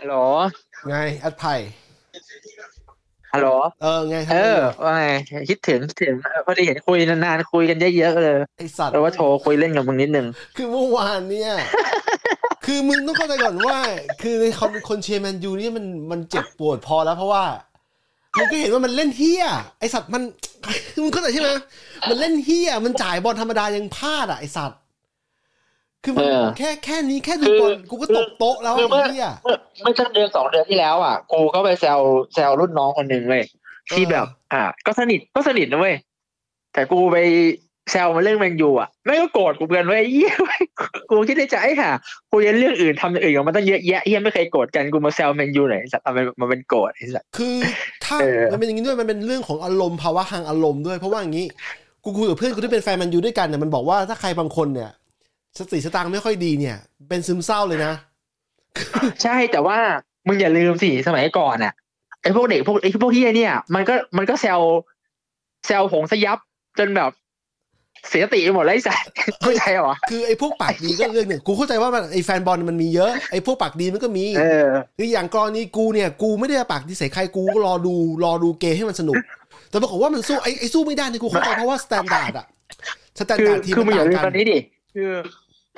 ฮัลโหล ไงแอดไผ่ ฮัลโหล เออไงทำ เออไมเหรอ ว่าไง คิดถึงคิดถึงเออพอดีเห็นคุยนานๆคุยกันเยอะๆเลย ไอสัตว์ เราว่าโทรคุยเล่นกับมึงนิดนึง คือเมื่อวานเนี่ย คือมึงต้องเข้าใจก่อนว่า คือในคนคนเชียร์แมนยูเนี่ยมันมันเจ็บปวดพอแล้วเพราะว่ามึงก็เห็นว่ามันเล่นเฮี้ยไอสัตว์มัน มึงเข้าใจใช่ไหมมันเล่นเฮี้ยมันจ่ายบอลธรรมดายังพลาดอ่ะไอสัตว์ คือมัน เออ แค่แค่นี้แค่ดู คือบ อลกูก็ตกโต๊ะแล้ว คือ ไอ้ เมื่อ เฮี้ย เมื่อเมื่อสักเดือนสองเดือนที่แล้วอ่ะกูก็ไปแซวแซวรุ่นน้องคนหนึ่งเว้ยที่ เออ แบบ อ่ะก็สนิทก็สนิทนะเว้ยแต่กูไปแซวมาเรื่องแมนยูอ่ะไม่งก็โกรธกูเกินเว้ยเยี่ยเว้ยกูคิดในใจค่ะกูยังเรื่องอื่นทำอย่างอื่นของมันตั้งเยอะแยะเยี่ยไม่เคยโกรธกันกูมาแซวแมนยูหน่อยไอ้สัตว์เอามันมันเป็นโกรธไอ้สัตว์ คือถ้า เออ มันเป็นอย่างนี้ด้วยมันเป็นเรื่องของอารมณ์ภาวะทางอารมณ์ด้วยเพราะว่าอย่างนี้ กูคุยกับเพื่อนกูที่เป็นแฟนแมันอยู่ด้วยกันเนี่ยมันบอกว่าถ้าใครบางคนเนี่ย สติสตางค์ไม่ค่อยดีเนี่ย เป็นซึมเศร้าเลยนะ ใช่แต่ว่ามึงอย่าลืมสิสมัยก่อนอ่ะไอ้พวกเด็กพวกไอ้พวกเฮียเนี่ย มันก็มันก็แซวแซวหงสยับจนแบบเสียสติไปหมดเลยไอ้สัตว์เข้าใจเหรอ คือไอ้พวกปากดีก็เรื่องหนึ่งกูเข้าใจว่ามันไอ้แฟนบอลมันมีเยอะไอ้พวกปากดีมันก็มี เออ คืออย่างกรณีกูเนี่ย กูไม่ได้ปากดีใส่ใครกูก็รอดูรอดูเกมให้มันสนุก แต่ปรากฏว่ามันสู้ไอ้ไอ้สู้ไม่ได้เนี่ยกูเข้าใจเพราะว่าสแตนดาร์ดอะสแตน คื ดา อ ร์ดทีม คือมึ มั ง น อ ต่า ย่างลืม กั ตอน นนี้ดิคือ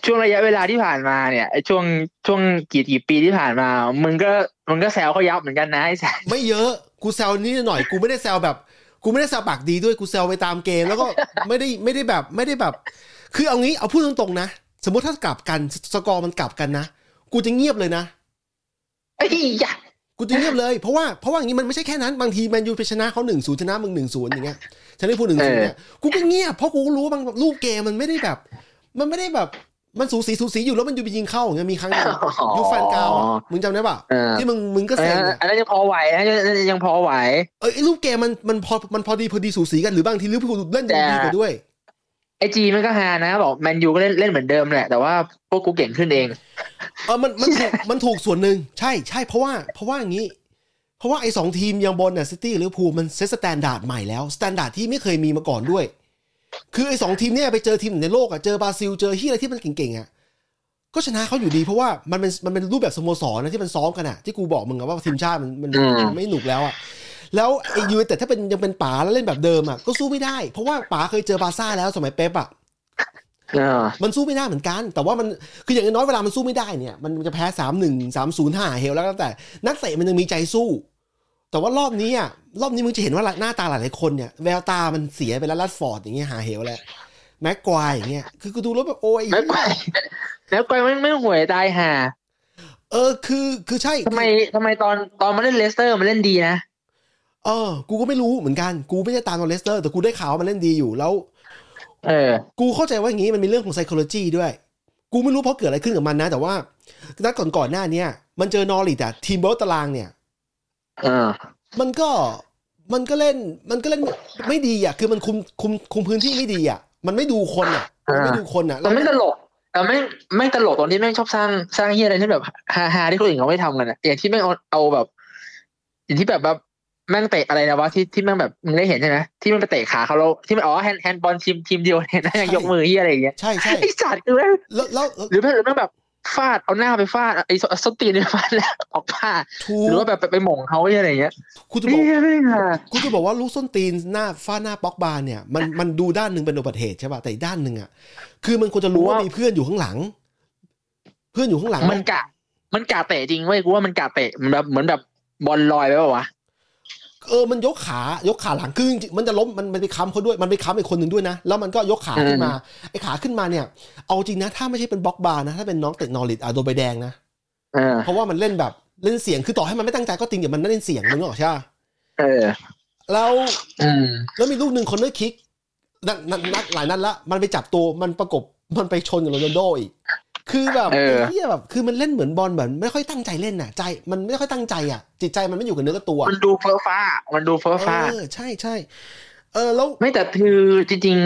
ช่วงระยะเวลาที่ผ่านมาเนี่ยไอ้ช่วงช่วงกี่กี่ปีที่ผ่านมา มึงก็มึงก็แซวเขายับเหมือนกันนะไอ้สัส ไม่เยอะกูแซวนิดหน่อยกูไม่ได้แซวแบบ กูไม่ได้แซวปากดีด้วยกูแซวไปตามเกมแล้วก็ ไม่ได้ไม่ได้แบบไม่ได้แบบ คือเอางี้เอาพูดตรงๆนะ สมมติถ้ากลับกันสกอร์มันกลับกันนะกูจะเงียบเลยนะ ไอ้เหี้ย กูจะเงียบเลยเพราะว่าเพราะว่าอย่างนี้มันไม่ใช่แค่นั้นบางทีแมนยูไปชนะเขาหนึ่งศูนย์ชนะมึงหนึ่งศูนย์อย่างเงี้ยฉันได้พูดหนึ่งศูนย์เนี่ยกูก็เงียบเพราะกูก็รู้ว่าบางรูปเกมมันไม่ได้แบบ มันไม่ได้แบบมันสูสีสูสีอยู่แล้วมันยูไปยิงเข้าอย่างเงี้ยมีครั้งหนึงยูแฟนกาวอะมึงจำได้ปะ เออ ที่มึงมึงก็ เอ เซ็ง อ อะ อันนั้นยังพอไหวอันนั้นยังพอไหว เออไอ้รูปเกมมันมันพอมันพอดีพอดีสูสีกันหรือบางทีลิเวอร์พูลเล่นยังดีกว่าด้วย ไอจีมันก็ฮานะ บอกแมนยูก็เล่นเล่นเหมือนเดิมแหละแต่ว่าพวกกูเก่งขึ้นเอง เออมันมันถูก มันถูกส่วนหนึ่งใช่ใช่เพราะว่าเพราะว่าอย่างนี้ เพราะว่าไอ้สองทีมอยังบนเนี่ยซิตี้หรือพูมันเซตสแตนดาร์ดใหม่แล้วสแตนดาร์ดที่ไม่เคยมีมาก่อนด้วย คือไอ้สองทีมเนี่ยไปเจอทีมไหนในโลกอะเจอบราซิลเจอที่อะไรที่มันเก่งๆอะก็ชนะเขาอยู่ดีเพราะว่ามันเป็นมันเป็นรูปแบบสโมสรนะที่มันซ้อมกันอะที่กูบอกมึงอะว่าทีมชาติมันมัน อืม มันไม่หนุกแล้วอะแล้วไอ้ยูไนเต็ดถ้าเป็นยังเป็นป๋าแล้วเล่นแบบเดิมอะก็สู้ไม่ได้ เพราะว่าป๋าเคยเจอบาร์ซ่าแล้วสมัยเป๊ปอะ เออ มันสู้ไม่ได้เหมือนกัน แต่ว่ามันคืออย่างน้อยเวลามันสู้ไม่ได้เนี่ยมันจะแพ้สามหนึ่งสามศูนย์ห้าเฮลแล้วก็แต่นักเตะมันยังมีใจสู้ แต่ว่ารอบนี้อ่ะรอบนี้มึงจะเห็นว่าหน้าตาหลายๆคนเนี่ยแววตามันเสียไปแล้วลัดฟอร์ดอย่างเงี้ยหาเหวแล้วแม็กควายอย่างเงี้ยคือกูดูแล้วแบบโอ้ย แล้วไปแล้วไปไม่ไม่ห่วยตายห่า เออคือคือใช่ ทำไมทำไมตอนตอนมาเล่นเลสเตอร์มันเล่นดีนะ เออ กูก็ไม่รู้เหมือนกันกูไม่ได้ตามตอนเลสเตอร์ แต่กูได้ข่าวว่ามันเล่นดีอยู่แล้ว เออ กูเข้าใจว่าอย่างนี้มันมีเรื่องของ psychology ด้วย กูไม่รู้เพราะเกิดอะไรขึ้นกับมันนะ แต่ว่านัดก่อนๆหน้าเนี้ยมันเจอนอริแต่ทีมเบลตารางเนี่ย เออ มันก็มันก็เล่นมันก็เล่นไม่ไม่ดีอ่ะ คือมันคุมคุมคุมพื้นที่ไม่ดีอ่ะ มันไม่ดูคนอ่ะมันไม่ดูคนอ่ะ แต่ แล้ว ไม่ตลกแต่ไม่ไม่ตลกตอนที่แม่งชอบสร้างสร้างเฮียอะไรที่แบบฮาฮาที่คนอื่นเขาไม่ทำกันอะอย่างที่แม่งเอาเอาแบบ อย่างที่แบบแบบแม่งเตะอะไรนะวะที่ที่แม่งแบบมึงได้เห็นใช่ไหมที่มันไปเตะขาเขาแล้วที่มันอ๋อแฮนด์แฮนด์บอลทีมทีมเดียว เนี่ยนะยังยกมือเฮียอะไรอย่างเงี้ย ใช่ใช่ ไอ้สัตว์คือแม่ง แล้วแล้วแล้ว หรือแม่งหรือแม่งแบบฟาดเอาหน้าไปฟาดไอ้สสนตีนไปฟาดแล้วออกผ้า ทู หรือว่าแบบไปไปหม่งเขาเหี้ยอะไรอย่างเงี้ย กูจะบ เฮี อก ยแม่งอะ กูจะบอกว่าลูกส้นตีนหน้าฟ้าหน้าป๊อกบาร์เนี่ยมันมันดูด้านหนึ่งเป็นอุบัติเหตุใช่ป่ะแต่อีกด้านหนึ่งอ่ะคือมันควรจะรู้ว่ามีเพื่อนอยู่ข้างหลัง เพื่อนอยู่ข้างหลัง มันกะ มันกะเตะจริงเว้ยกูว่ามันกะเตะมันแบบเหมือนแบบบอลลอยไปเปล่าวะ เออ มันยกขา ยกขาหลังคือจริงๆมันจะล้ม มันมันไปค้ำเขาด้วย มันไปค้ำอีกคนหนึ่งด้วยนะ แล้วมันก็ยกขาขึ้นมา ไอ้ขาขึ้นมาเนี่ย เอาจริงนะ ถ้าไม่ใช่เป็นบล็อกบาร์นะ ถ้าเป็นน้องเตะนอริดอ่ะโดนใบแดงนะ เออ เพราะว่ามันเล่นแบบ เล่นเสียง คือต่อให้มันไม่ตั้งใจก็จริงแต่มันเล่นเสียงมึงนึกออกใช่ปะ เออ แล้ว อืม แล้วมีลูกหนึ่งคนเนอร์คิกนัดนัดนัดหลายนัดละ มันไปจับตัว มันประกบ มันไปชนกับโรนัลโดอีก คือแบบ เออ ไอ้เฮียแบบ คือมันเล่นเหมือนบอลแบบไม่ค่อยตั้งใจเล่นน่ะ ใจ มันไม่ค่อยตั้งใจอ่ะ จิตใจมันไม่อยู่กับเนื้อกับตัว มันดูเฟ้อฟ้า มันดูเฟ้อฟ้า เออ ใช่ใช่ เออ แล้ว ไม่แต่คือจริง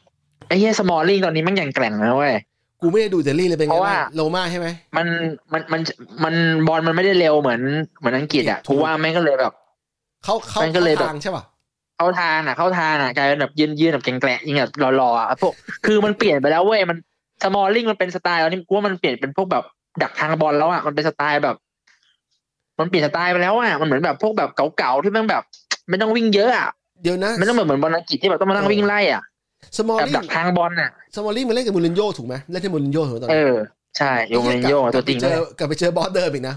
ๆไอ้เฮียสมอลลิงตอนนี้มันอย่างแกร่งนะเว้ย กูไม่ได้ดูอิตาลีเลยเป็น เพ ไง ราะ บ้า ว่า งโลมาใช่ไหม มันมันมันมันบอลมันไม่ได้เร็วเหมือนเหมือนอังกฤษอ่ะ ถู กู ก ว่าแม่งก็เลยแบบ เขาเขา มันก็เลยแบบ ทางใช่ป่ะ เข้าทางอ่ะเข้าทางอ่ะกลายเป็นแบบยืนยืนแบบแกร่งๆยิงแบบหล่อๆอ่ะพวกคือมันเปลี่ยนไปแล้วเว้ยมันสมอลลิงมันเป็นสไตล์แล้วนี่กูว่ามันเปลี่ยนเป็นพวกแบบดักทางบอลแล้วอ่ะมันเป็นสไตล์แบบ มันเปลี่ยนสไตล์ไปแล้วอ่ะมันเหมือนแบบพวกแบบเก่าๆที่แม่งแบบ ไม่ต้องวิ่งเยอะอ่ะ เดี๋ยวนะ ไม่ต้องแบบเหมือนบอลอังกฤษที่แบบต้องมานั่งวิ่งไล่อ่ะ สมอล แบบ ลิ ดั ง กทางบอลน่ะ สมอลลิงมาเล่นกับมูรินโญ่ถูกไหมเล่นที่มูรินโญ่ถูกไหมตอน เอ นั้น อ ใช่โยมรินโยตัวจริง กลับไปเจ เลย อกลับไปเจอบอสเดิมอีกนะ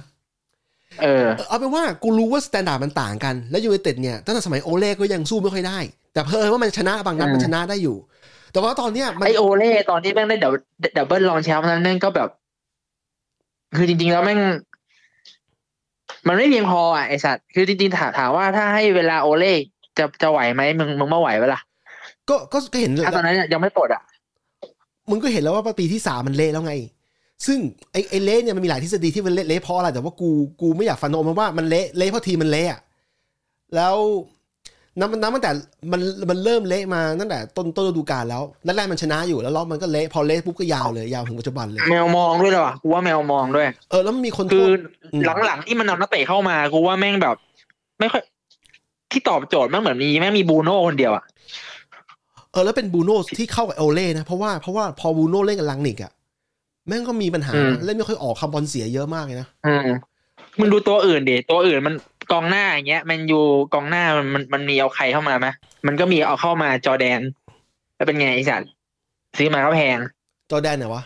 เออ เออเอาเป็นว่ากูรู้ว่าสแตนดาร์ดมันต่างกัน และยูไนเต็ดเนี่ยตั้งแต่สมัยโอเล่ก็ยังสู้ไม่ค่อยได้ แต่เพอญว่ามันชนะบางนัด อืม มันชนะได้อยู่ แต่ว่าตอนเนี้ยมัน ไอโอเล่ตอนที่แม่งได้ดับดับเบิลรองแชมป์นั้นแม่งก็แบบ คือจริง ๆ แล้วแม่ง มันไม่เพียงพออ่ะไอสัตว์คือจริงๆถามถามว่าถ้าให้เวลาโอเล่จะจะไหวไหมมึงมึงไม่ไหวเวลา ก็ก็ก็เห็น ถ้าตอนนั้นเนี่ยยังไม่ปลดอ่ะ มึงก็เห็นแล้วว่าปีที่สามมันเละแล้วไง ซึ่งไอ้ไอ้เละเนี่ยมันมีหลายทฤษฎีที่มันเละเละเพราะอะไรแต่ว่ากูกูไม่อยากฟันธงมันว่ามันเละเละเพราะทีมมันเละอะแล้วน้ำน้ำตั้งแต่มันมันเริ่มเละมาตั้งแต่ต้นต้นฤดูกาลแล้วแรกๆมันชนะอยู่แล้วรอบมันก็เละพอเละปุ๊บก็ยาวเลยยาวถึงปัจจุบันเลย แมวมองด้วยเหรอวะกูว่าแมวมองด้วย เออแล้วมันมีคนโท คือ ษม หลังๆที่มันนำนักเตะเข้ามากูว่าแม่งแบบ ไม่ค่อย ที่ตอบโจทย์แม่งเหมือนมีแม่งมีบรูโน่คนเดียวอ่ะ เออแล้วเป็นบรูโน่ที่เข้ากับเอลเล่นะ เพราะว่าเพราะว่าพอบรูโน่เล่นกับลังนิกอะแม่งก็มีปัญหานะเล่นไม่ค่อยออกคำบอลเสียเยอะมากเลยนะ อืมมึงดูตัวอื่นดิตัวอื่นมันกองหน้าอย่างเงี้ยแมนยูกองหน้ามันมันมันมีเอาใครเข้ามาไหมมันก็มีเอาเข้ามาจอร์แดน แล้วเป็นไงไอสัตว์ซื้อมาก็แพง จอร์แดนไหนวะ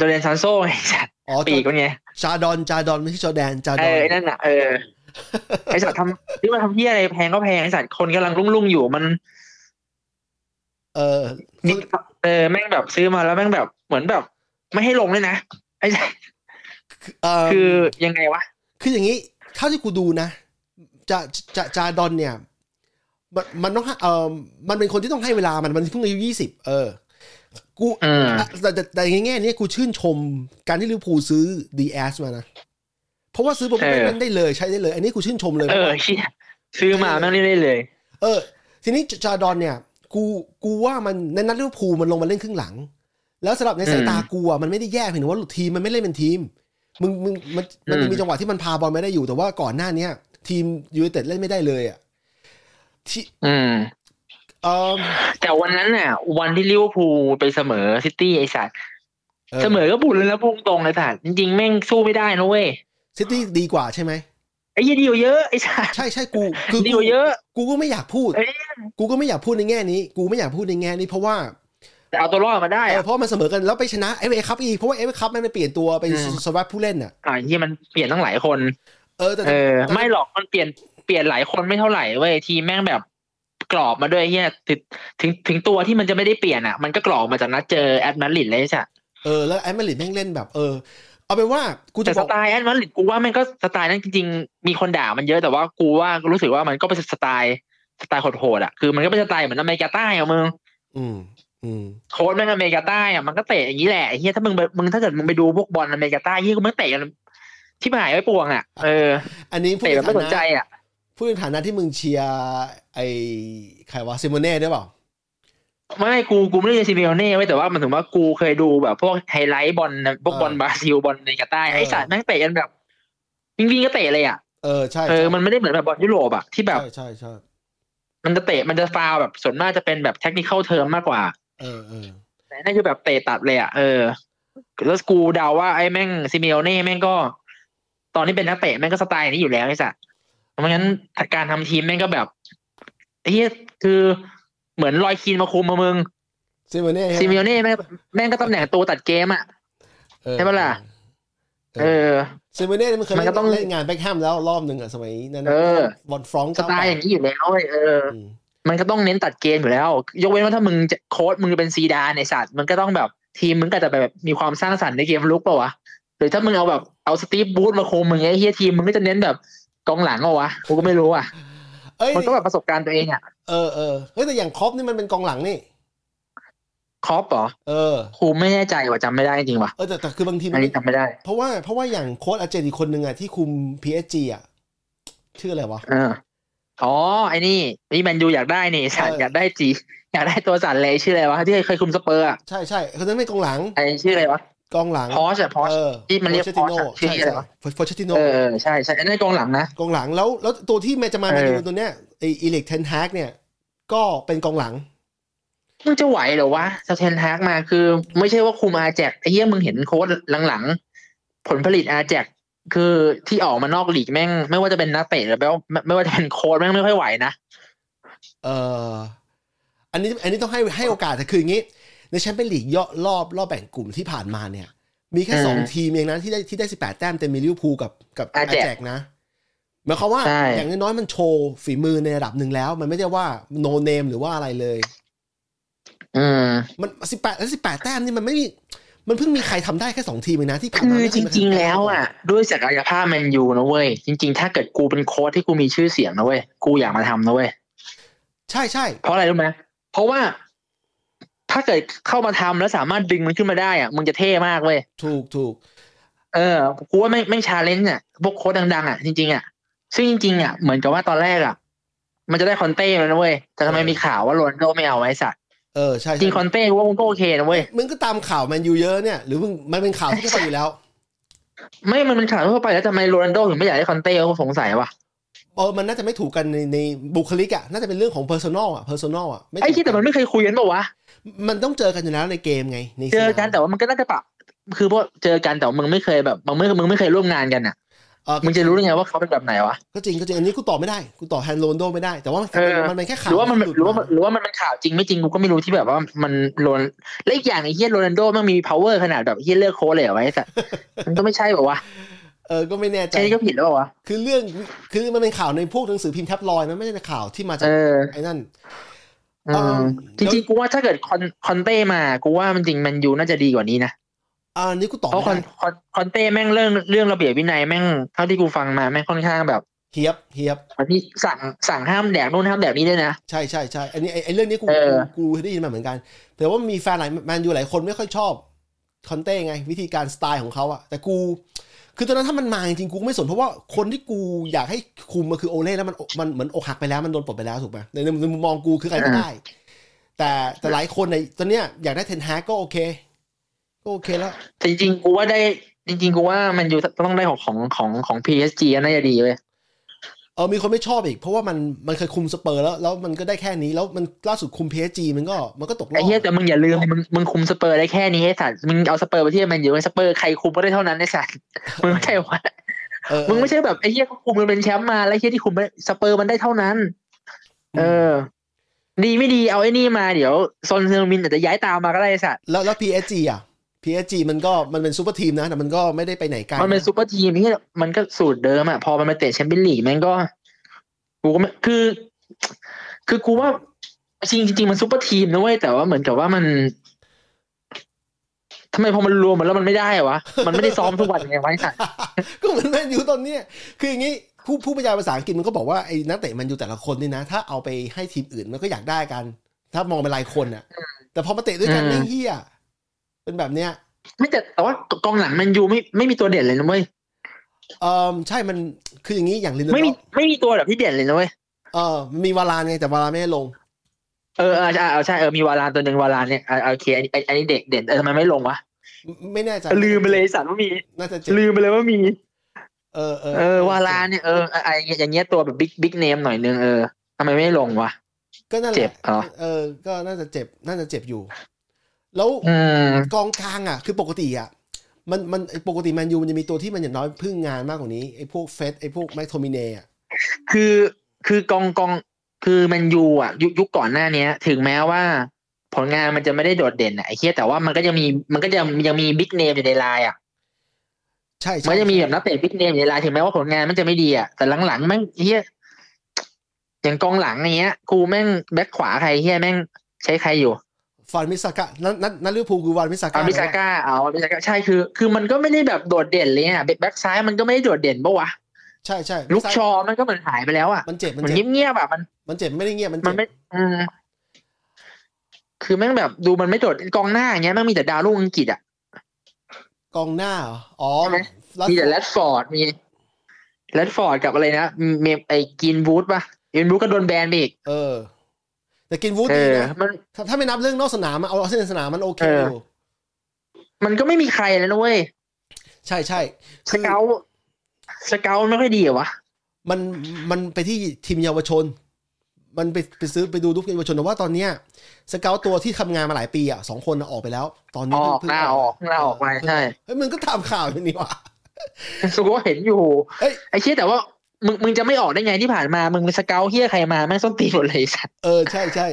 จอร์แดนซานโซ่ไอสั ตว์ อ๋อจ ปี อก เป็นไง จาดอนจาดอนไม่ใช่จอร์แดนจา เอ ดอน อไอ้นั่นน่ะเออไอสัตว์ทำซื้อมาทำเพี้ยอะไรแพงก็แพงไอสัตว์คนกำลังรุ่งๆอยู่มัน เออ นี่เออแม่งแบบซื้อมาแล้วแม่งแบบเหมือนแบบ ไม่ให้ลงเลยนะไอ้ เออ คือยังไงวะ คืออย่างนี้เท่าที่กูดูนะจาจาจาดอนเนี่ย มันมันต้องให้เออมันเป็นคนที่ต้องให้เวลามันมันเพิ่งอายุยี่สิบเออ กู อืม อ่ะแต่แต่แต่ในแง่เนี้ยกูชื่นชมการที่ลิเวอร์พูลซื้อดีแอสมานะเพราะว่าซื้อปุ๊บแม่งเล่นได้เลยใช้ได้เลย อันนี้กูชื่นชมเลย เออเชี่ยซื้อมาแม่งนี่ได้เลย เออทีนี้จจาดอนเนี่ย กูกูว่ามันในนัดลิเวอร์พูลมันลงมาเล่นครึ่งหลัง แล้วสำหรับในสายตากูอ่ะมันไม่ได้แย่เพียงแต่ว่าหลุดทีมมันไม่เล่นเป็นทีม มึงมึงมันมันยังมี อืม จังหวะที่มันพาบอลไม่ได้อยู่แต่ว่าก่อนหน้าเนี้ย ทีมยูไนเต็ดเล่นไม่ได้เลยอ่ะที่ อืม เออ แต่วันนั้นน่ะ วันที่ลิเวอร์พูลไปเสมอซิตี้ไอ้สัตว์เสมอก็บุญแล้วพุ่งตรงไอ้สัตว์จริงๆ แม่งสู้ไม่ได้นะเว้ย ซิตี้ดีกว่าใช่ไหม ไอ้ยี่ดีกว่าเยอะไอ้สัตว์ ใช่ใช่กูคือ ดี กู กว่าเยอะ กูก็ไม่อยากพูด เอ้ย กูก็ไม่อยากพูดในแง่นี้ กูไม่อยากพูดในแง่นี้เพราะว่า แต่เอาตัวรอดมาได้ เออ อะ เพราะมันเสมอกันแล้วไปชนะเอฟเอคัพอีกเพราะว่าเอฟเอคัพมันไปเปลี่ยนตัวไป อืม สวัสดผู้เล่นอ่ะ อ่าที่มันเปลี่ยนตั้งหลายคน เออแต่ เอ แต่ อ ไม่หรอกมันเปลี่ยนเปลี่ยนหลายคนไม่เท่าไหร่เว้ยทีมแม่งแบบกรอบมาด้วยเฮียถึงถึงถึงตัวที่มันจะไม่ได้เปลี่ยนอ่ะ มันก็กรอบมาจากนัดเจอแอดมาดริดเลยจ้ะ เออแล้วแอดมาดริดแม่งเล่นแบบเออ เอาเป็นว่ากู แต่ จะบ ส อก ไตล์แอดมาดริดกูว่ามันก็สไตล์นั้นจริงๆ มีคนด่ามันเยอะแต่ว่ากูว่ารู้สึกว่ามันก็เป็นสไตล์สไตล์โหดๆอ่ะคือมันก็เป็นสไตล์เหมือนอเมริกาใต้อ่ะมึง อืมอืม โค้ชแม่งอเมริกาใต้อ่ะมันก็เตะอย่างนี้แหละไอ้เฮียถ้ามึงไปมึงถ้าเกิดมึงไปดูพวกบอลอเมริกาใต้เฮียกูมันเตะกันที่หายไว้ปวงอ่ะเออ อันนี้พูด เตะแบบ ใน ไม่สน ฐา ใจ นะ อ่ะ พูดในฐานะที่มึงเชียร์ไอ้ใครวะซิโมเน่ด้วยเปล่า ไม่กูกูไม่ได้เชียร์ซิเมโอเน่ไว้ยแต่ว่ามันถึงว่ากูเคยดูแบบพวกไฮไลท์บอลนะพวกบอลบราซิลบอลในกาตาร์ไอสัตว์แม่งเตะกันแบบวิ่งวิ่งๆก็เตะเลยอ่ะ เออใช่ เออ ใช่ มันไม่ได้เหมือนแบบบอลยุโรปอ่ะที่แบบ ใช่ใช่ใช่ มันจะเตะมันจะฟาวแบบส่วนมากจะเป็นแบบเทคนิคเข้าเทอมมากกว่า เออเออ แต่นั่นคือแบบเตะตัดเลยอ่ะเออแล้วกูเดาว่าไอ้แม่งซิเมโอเน่แม่งก็ ตอนที่เป็นนักเตะแม่งก็สไตล์นี้อยู่แล้วไอสัตว์เพราะงั้นการทำทีมแม่งก็แบบไอ้เหี้ยคือเหมือนลอยคีนมาคุมมามึง ซิโมเน่ ซิเมโอเน่แม่งแม่งก็ตำแหน่งตัวตัดเกมอ่ะ ออ ใช่ปะล่ะ เอ เอ อ อ ซิโมเน่มันเคย มันก็ เล่น ต้อง เล่นงานแบ็คแฮมแล้วรอบหนึ่งอะสมัยนั้น เออ บอลฟรองก์ สไตล์อย่างนี้อยู่แล้วเว้ยเออ อืม มันก็ต้องเน้นตัดเกมอยู่แล้ว ยกเว้นว่าถ้ามึงจะโค้ดมึงเป็นซีดานในสัตว์ มันก็ต้องแบบทีมมึงก็จะแบบมีความสร้างสรรค์ในเกมลุกเปล่าวะหรือถ้ามึงเอาแบบเอาสตีฟบูธมาคุมมึงไอ้เฮียทีมมึงก็จะเน้นแบบกองหลังเอาวะกูก็ไม่รู้อ่ะ เอ้ย มันก็แบบประสบการณ์ตัวเองอ่ะ เออเออเฮ้ยแต่อย่างครอปนี่มันเป็นกองหลังนี่ ครอปเหรอ เออ กูไม่แน่ใจว่าจำไม่ได้จริงว่ะ เออแต่แต่คือบางทีมั อัน น นี้จำไม่ได้ เพราะว่าเพราะว่าอย่างโค้ชอาร์เจนอีกคนหนึ่งอ่ะที่คุม PSG อ่ะชื่ออะไรวะ เอออ๋อไอ้นี่นี่แมนยูอยากได้นี่สัตว์ เออ อ อ ยากได้จี อยากได้ตัวสัตว์เลยชื่ออะไรวะที่เคยคุมสเปอร์อะ ใช่ใช่คนนั้นเป็นกองหลัง ไอ้ชื่ออะไรวะ กองหลัง พอชอะพอช เออ ที่มันเรียก โฟเชติโน Poch อะชื่อ ใช่ อะไร ใช่ วะ โฟเชติโน เออเออใช่ใช่ไอ้นั่นกองหลังนะ กองหลังแล้วแล้วตัวที่แมนจะมา เอ แม อ นยูตัวเนี้ยไออีเล็กเทนฮกเนี่ย ก็เป็นกองหลัง มึงจะไหวเหรอวะสเทนฮากมาคือ ไม่ใช่ว่าคุมอาแจกไอ้เหี้ยมึงเห็นโค้ดหลังๆ ผลผลิตอาแจก คือที่ออกมานอกลีกแม่ง ไม่ว่าจะเป็นนักเตะหรือไม่ว่าไม่ว่าจะเป็นโค้ชแม่งไม่ค่อยไหวนะ เอออันนี้อันนี้ต้องให้ให้โอกาสแต่คืออย่างนี้ ในแชมเปี้ยนลีกย่อรอบรอบแบ่งกลุ่มที่ผ่านมาเนี่ย มีแค่ อืม สองทีมเองนะที่ได้ที่ได้สิบแปดแต้มเต็มมีลิเวอร์พูลกับกับอา Ajax แจกนะหมายความว่า ใช่ อย่างน้อยๆมันโชว์ฝีมือในระดับหนึ่งแล้ว มันไม่ได้ว่าโนเนมหรือว่าอะไรเลย อืม มันสิบแปดแล้วสิบแปดแต้มนี่มันไม่มีมันเพิ่งมีใครทำได้แค่สองทีมเองนะที่ผ่าน คือมาไม่จเคยมีใค ริงๆทำได้ แล้วอ่ะ ด้วยศักยภาพแมนยูนะเว้ย จริง ๆ ถ้าเกิดกูเป็นโค้ชที่กูมีชื่อเสียงนะเว้ย กูอยากมาทำนะเว้ย ใช่ใช่ เพราะอะไรรู้ไหมเพราะว่าถ้าเกิดเข้ามาทำแล้วสามารถดึงมันขึ้นมาได้อ่ะมึงจะเท่มากเว้ย ถูกถูก เออกูว่าไม่ไม่ชาเลนจ์อ่ะพวกโค้ชดังๆอ่ะจริงๆอ่ะซึ่งจริงๆอ่ะเหมือนกับว่าตอนแรกอ่ะ มันจะได้คอนเต้แล้วนะเว้ยแต่ทำไมมีข่าวว่าโรนลโดไม่เอาไว้สัตว์ เออใช่ใช่ จริงคอนเต้กูว่ามึงก็โอเคนะเว้ย มึงก็ตามข่าวแมนยูเยอะเนี่ย หรือมึงมันเป็นข่าวที่เข้าไปอยู่แล้ว ไม่มันเป็นข่าวทั่วไปแล้วทำไมโรนลโดถึงไม่อยากได้คอนเต้กูสงสัยว่ะ เออมันน่าจะไม่ถูกกันในในบุคลิกอะน่าจะเป็นเรื่องของ personal อะ personal อะไม่ถู ไอ้ที่แต่มันไม่เคยคุยกันปะวะ มันต้องเจอกันอยู่แล้วในเกมไงใน เจอ สาม กันแต่ว่ามันก็น่าจะปะคือพวกเจอกันแต่ว่ามึงไม่เคยแบบมึงไม่มึงไม่เคยร่วมงานกันอ่ะ เออ มึงจะรู้ได้ไงว่าเขาเป็นแบบไหนวะ ก็จริงก็จริงอันนี้กูตอบไม่ได้ กูตอบแทนโรนโดไม่ได้ แต่ว่ามันมันเป็นแค่ ห ข่าว รือว่ามัน หลุด หรือว่าหรือว่ามันเป็นข่าวจริงไม่จริงกูก็ไม่รู้ที่แบบว่ามันโลนและอีกอย่างไอ้เฮียโรนัลโดมันมี power ขนาดแบบเฮียเลือกโค้ชเลยเหรอวะไอ้สัสมันก็ไม่ใช่แบบวะ เออก็ไม่แน่ใจ ใช่นี่ก็ผิดแล้วเปล่าวะ คือเรื่องคือมันเป็นข่าวในพวกหนังสือพิมพ์แท็บลอยด์นะไม่ใช่ข่าวที่มาจา เอก อ ไอ้นั่น อื เอ่ ม อ จริงๆกูว่าถ้าเกิดคอนคอนเต้มากูว่ามันจริงแมันยูน่าจะดีกว่านี้นะ อ่าอันนี้กูตอบ เพราะ ไม่ คอนคได้อนคอนเต้แม่งเรื่องเรื่องระเบียบวินัยแม่งเท่าที่กูฟังมาแม่งค่อนข้างแบบ เฮียบเฮียบ มันที่สั่งสั่งห้ามแดกนู่นห้ามแดกนี่ด้วยนะ ใช่ใช่ใช่อันนี้ไอ้ไอ้เรื่องนี้กู เออ กูกูได้ยินมาเหมือนกัน แต่ว่ามีแฟนหลายแมนยูหลายคนไม่ค่อยชอบคอนเต้ไง วิธีการสไตล์ของเขาอะแต่กู คือตอนนั้นถ้ามันมาจริงๆกูก็ไม่สนเพราะว่าคนที่กูอยากให้คุมมันคือโอเล่แล้วมันมันเหมือนอกหักไปแล้วมันโดนปลดไปแล้วถูกไหมในในมุมมองกูคือใครก็ได้ แต่แต่หลายคนในตอนเนี้ยอยากได้เทนฮากก็โอเค ก็โอเคแล้ว แต่จริงๆกูว่าได้จริงๆกูว่ามันอยู่ต้องได้ของของของของ PSG น่าจะดีเว้ย เออมีคนไม่ชอบอีก เพราะว่ามันมันเคยคุมสเปอร์แล้ว แล้วมันก็ได้แค่นี้แล้วมันล่าสุดคุมเพจีมันก็มันก็ตกรอ ไอ้ บ เหี้ยแต่มึงอย่าลืมมึงมึงคุมสเปอร์ได้แค่นี้ไอ้สัตว์มึงเอาสเปอร์ไปเที่ยวแมันอยู่ไอ้สเปอร์ใครคุมก็ได้เท่านั้นไอ้สัตว์ มึงไม่ใช่วะ เออเออ มึงไม่ใช่แบบไอ้เหี้ยเขาคุมมันเป็นแชมป์มาแล้วไอ้เหี้ยที่คุมไม่สเปอร์มันได้เท่านั้น เออ ดีไม่ดีเอาไอ้นี่มาเดี๋ยวซอนเซอร์มินอาจจะย้ายตามมาก็ได้ไอ้สัตว์ แล้วแล้วพีเอจีอ่ะพีเอจีมันก็มันเป็นซูเปอร์ทีมนะแต่มันก็ไม่ได้ไปไหนไกล มันเป็นซูเปอร์ทีมนี่มันก็สูตรเดิมอะพอมันมาเตะแชมเปี้ยนลีกมันก็กูก็ไม่คือ คือกูว่าจริงจริงๆมันซูเปอร์ทีมนะเว้ยแต่ว่าเหมือนกับว่ามันทำไมพอมันรวมมันแล้วมันไม่ได้วะ มันไม่ได้ซ้อมทุกวันไงวะไอ้สัตว์ ก็เหมือนแมนยูตอนเนี้ยคืออย่างนี้ผู้ผู้บรรยายภาษาอังกฤษมันก็บอกว่าไอ้นักเตะแมันยูแต่ละคนนี่นะ ถ้าเอาไปให้ทีมอื่นมันก็อยากได้กัน ถ้ามองเป็นรายคนอ่ะ แต่พอมาเตะด้วยกันนี่เฮียเป็นแบบเนี้ย ไม่แต่แต่ว่ากองหลังแมันยูไม่ไม่มีตัวเด่นเลยนะเว้ย เออใช่มันคืออย่างนี้อย่างลินเดอ ไม่ ร์ มีไม่มีตัวแบบที่เด่นเลยนะเว้ย เออมีวาลานไงแต่วาลานไม่ได้ลง เออเออใช่เออใช่เออมีวารานตัวหนึ่งวารานเนี่ยอ่ะโอเคอันนี้อันนี้เด็กเด่นเออทำไมไม่ลงวะ ไม่แน่ใจ ลืมไปเลยไอ้สัตว์ว่ามี น่าจะเจ็บ ลืมไปเลยว่ามี เออเออ เออวาลานเนี่ยเอออะไรอย่างเงี้ยอย่างเงี้ยตัวแบบบิ๊กบิ๊กเนมหน่อยนึงเออทำไมไม่ลงวะ ก็นั่นแห เจ็ ละ บเหรอ เออ ก็น่าจะเจ็บ น่าจะเจ็บอยู่ แล้ว อืม กองกลางอ่ะ คือปกติอ่ะ มันมันไอ้ปกติแมนยูมันจะมีตัวที่มันอย่างน้อยพึ่งงานมากกว่านี้ไอ้พวกเฟสไอ้พวกแมคโทมิเน่อ่ะ คือคือกองกองคือแมันยูอ่ะยุคยุคก่อนหน้าเนี้ย ถึงแม้ว่า ผลงานมันจะไม่ได้โดดเด่นอะไอ้เคียแต่ว่ามันก็ยังมีมันก็ยังยังมีบิ๊กเนมอยู่ในไลน์อ่ะ ใช่ มั ใช่ นก็ยังมีแบบนักเตะบิ๊กเนมอยู่ในไลน์ถึงแม้ว่าผลงานมันจะไม่ดีอ่ะแต่หลังๆแม่งเฮียอย่างกองหลังอย่างเงี้ยกูแม่งแบ็คขวาใครเฮียแม่งใช้ใครอยู่ ฟานมิสซากะนั่นนั่นนั่นลิเวอร์พูลคือวานมิสซากะ อามิซาก้าเอาอามิซาก้าใช่คือ คือมันก็ไม่ได้แบบโดดเด่นเลยอ่ะแบ็คซ้ายมันก็ไม่ได้โดดเด่นปะวะ ใช่ใช่ ลูกชอมันก็เหมือนหายไปแล้วอ่ะ มันเจ็บ เห มัน มือน เจ็บ เงียบๆอ่ะมัน มันเจ็บไม่ได้เงียบมัน มั เจ็ น บ ไม่อืมคือแม่งแบบดูมันไม่โดดกองหน้าอย่างเงี้ยแม่งมีแต่ดาวรุ่งอังกฤษอ่ะ กองหน้าเหรออ๋อ ใช่ไหม ลัด มีแต่แรดฟอร์ดมีแรดฟอร์ดกับอะไรนะเมมไอ้กินวูดป่ะกินวูดก็โดนแบนไปอีก เออ แต่กินวูด เอ ดี อ นะ มัน ถ้าถ้าไม่นับเรื่องนอกสนามอะเอาเอาเส้นสนามมันโอเค เออ อ อ ยู่ มันก็ไม่มีใครแล้วนะเว้ย ใช่ใช่ ส คือ เกลสเกลไม่ค่อยดีเหรอวะ มันมันไปที่ทีมเยาวชน มันไปไปซื้อไปดูลูกเยาวชนแต่ว่าตอนเนี้ยสเกาตัวที่ทำงานมาหลายปีอ่ะสองคนน่ะออกไปแล้ว ตอน อ นี้ อก เพิ่ง หน้า เพิ่ง ออกหน้าออกไปใช่ เฮ้ยมึงก็ตามข่าวอยู่นี่หว่า กูก็เห็นอยู่ เอ้ย ไอ้เชี่ยแต่ว่ามึงมึงจะไม่ออกได้ไงที่ผ่านมา มึงสเกลเฮียใครมาแม่งส้นตีนหมดเลยไอ้สัตว์ เออใช่ใช่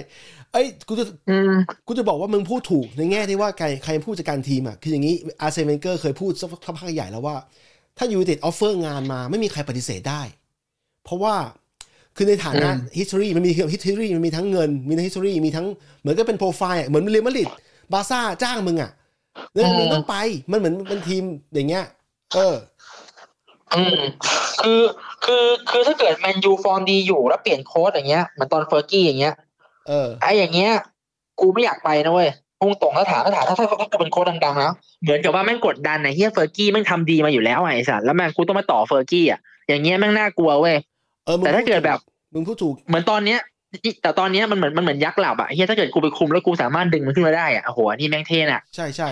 เอ้ยกูจะ อืม กูจะบอกว่ามึงพูดถูกในแง่ที่ว่าใครใครเป็นผู้จัดการทีมอ่ะคืออย่างนี้อาร์เซนเวนเกอร์เคยพูดสักสักพักใหญ่แล้วว่า ถ้ายู i น e d ออฟเฟอร์งานมาไม่มีใครปฏิเสธได้ เพราะว่าคือในฐานะ อืม history มันมี history มันมีทั้งเงิน มีทั้ง history มีทั้งเหมือนก็เป็นโปรไฟล์เหมือนเรอัลมาดริดบาร์ซ่าจ้างมึงอ่ะแล้วมึงต้องไปมันเหมือนเป็นทีมอย่างเงี้ย เออ อืมคือคือคือถ้าเกิดแมนยูฟอร์มดีอยู่แล้วเปลี่ยนโค้ชอย่างเงี้ยเหมือนตอนเฟอร์กี้อย่างเงี้ย เออ ไอ้อย่างเงี้ย กูไม่อยากไปนะเว้ยพุ่งตรงแล้วถามแล้วถามถ้าถ้าถ้ากูเป็นโค้ชดังๆแล้วเหมือนกับว่าแม่งกดดันไอ้เฮียเฟอร์กี้แม่งทำดีมาอยู่แล้วไอ้สัตว์แล้วแม่งกูต้องมาต่อเฟอร์กี้อ่ะอย่างเงี้ยแม่งน่ากลัวเว้ย เออมึง แต่ถ้าเกิดแบบ มึงพูดถูก เหมือนตอนเนี้ยแต่ตอนเนี้ยมันเหมือนมันเหมือนยักษ์หลับอะเฮียถ้าเกิดกูไปคุมแล้วกูสามารถดึงมันขึ้นมาได้อะโอ้โหอันนี่แม่งเท่น่ะ ใช่ใช่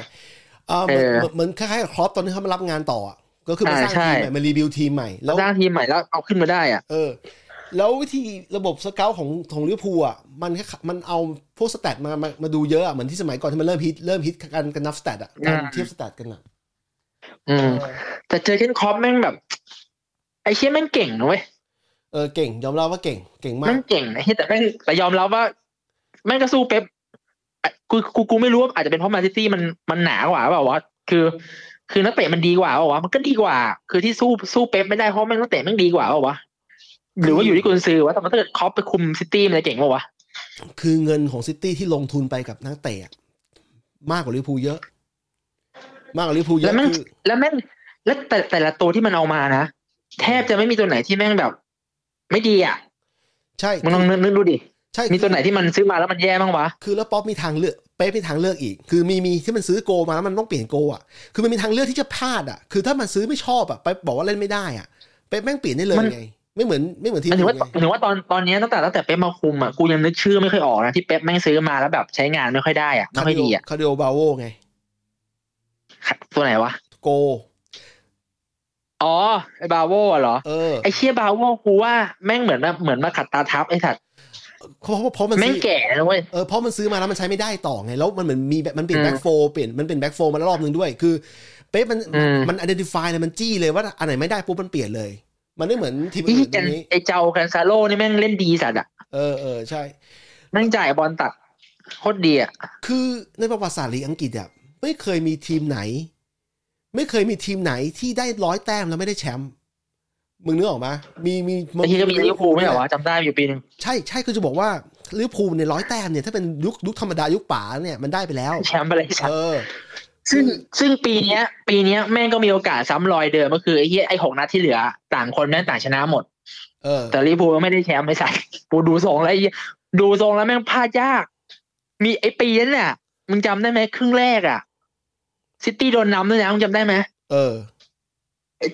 เอ่อเหมือน เออ เหมือนเหมือนคล้ายๆกับครอปตอนที่เขามารับงานต่ออะก็คือมา อ่า สร้าง ใช่ ทีมใหม่มารีบิวทีมใหม่แล้ว สร้างทีมใหม่แล้วเอาขึ้นมาได้อ่ะ เออ แล้ววิธีระบบสเกลของของลิเวอร์พูลอ่ะมันแค่มันเอาพวกสแตทมามามาดูเยอะอะเหมือนที่สมัยก่อนที่มันเริ่มฮิตเริ่มฮิตกันกันนับสแตทอ่ะการ อ่า เทียบสแตทกันอ่ะ อืม แต่เจอเกนครอปแม่งแบบ ไอ้เชี่ยแม่งเก่งนะเว้ย เออเก่งยอมรับว่าเก่งเก่งมา แม่ ก งเก่งนะเฮียแต่แม่งแต่ยอมรับว่า แม่งก็สู้เป๊ปอะกูกูกูไม่รู้ว่าอาจจะเป็นเพราะแมนซิตี้มันมันหนากว่าเปล่าวะคือ คือนักเตะมันดีกว่าเปล่าวะมันก็ดีกว่า คือที่สู้สู้เป๊ปไม่ได้เพราะแม่งนักเตะแม่งดีกว่าเปล่าวะหรือว่าอยู่ที่กุนซือวะแต่ว่าถ้าเกิดครอปไปคุมซิตี้มันจะเก่งเปล่าวะ คือเงินของซิตี้ที่ลงทุนไปกับนักเตะอะมากกว่าลิเวอร์พูลเยอะ มากกว่าลิเวอร์พูลเย แล้วอะมัน คือ แล้วแม่งแล้วแต่แต่ละตัวที่มันเอามานะแทบจะไม่มีตัวไหนที่แม่งแบบ ไม่ดีอ่ะ ใช่ มึงลองนึกนึกดูดิ ใช่ มีตัวไหนที่มันซื้อมาแล้วมันแย่บ้างวะ คือแล้วป๊อปมีทางเลือกเป๊ปมีทางเลือกอีก คือมีมีที่มันซื้อโกมาแล้วมันต้องเปลี่ยนโกอ่ะคือมันมีทางเลือกที่จะพลาดอ่ะคือถ้ามันซื้อไม่ชอบอ่ะเป๊ปบอกว่าเล่นไม่ได้อ่ะเป๊ปแม่งเปลี่ยนได้เลยไง ไม่เหมือนไม่เหมือนที ห ม มันถึง อื่ ว่าน ไง หมายถึงว่าตอนตอนเนี้ยตั้งแต่ตั้งแต่เป๊ปมาคุมอ่ะกูยังนึกชื่อไม่ค่อยออกนะที่เป๊ปแม่งซื้อมาแล้วแบบใช้งานไม่ค่อยได้อ่ะไม่ คา ค่อ ร์ ยดีอ่ะดิโอคาร์ดิโอบาโวไง ตัวไหนวะ โก อ๋อไอ้บาโวอะเหรอ เออ ไอ้เชี่ยบาโวกูว่าแม่งเหมือนแบบเหมือนมาขัดตาทับไอ้สัตว์ เพราะเพราะเพราะมัน แม่ ซื้ ง อ แก่นะเว้ย เออเพราะมันซื้อมาแล้วมันใช้ไม่ได้ต่อไงแล้วมันเหมือนมีแบบมันเปลี่ยน อืม แบ็กโฟเปลี่ยนมันเป็นแบ็กโฟมาแล้วรอบนึงด้วย คือ เป๊ปมัน อืม มันอเดนติฟายเลยมันจี้เลยว่าอันไหนไม่ได้ปุ๊บมันเปลี่ยนเลย มันไม่เหมือนทีมอื่ ที่ น กั ตร น งนี้ ไอ้เจ้ากันซาโร่นี่แม่งเล่นดีสัตว์อ่ะ เออเออใช่ แม่งจ่ายบอลตัดโคตรดีอ่ะ คือในประวัติศาสตร์ลีกอังกฤษอะไม่เคยมีทีมไหน ไม่เคยมีทีมไหนที่ได้ร้อยแต้มแล้วไม่ได้แชมป์มึงนึกออกไหมมีมี บางทีก็มีลิเวอร์พูลไม่เหรอวะจำได้อยู่ปีหนึ่ง ใช่ใช่คือจะบอกว่าลิเวอร์พูลในร้อยแต้มเนี่ยถ้าเป็นยุคยุคธรรมดายุคป๋าเนี่ยมันได้ไปแล้ว แชมป์ไปเลยครับ เออ ซึ่งซึ่งปีเนี้ย ปีเนี้ยแม่งก็มีโอกาสซ้ำรอยเดิมก็คือไอ้เหี้ยไอ้หกนัดที่เหลือ ต่างคนแม่งต่างชนะหมด เออ แต่ลิเวอร์พูลไม่ได้แชมป์ ไม่ใส่กูดูทรงแล้วไอ้เหี้ยดูทรงแล้วแม่งพลาดยาก มีไอ้ปีนั้นน่ะมึงจำได้ไหมครึ่งแรกอ่ะซิตี้โดนนำด้วยนะมึงจำได้ไหม เออ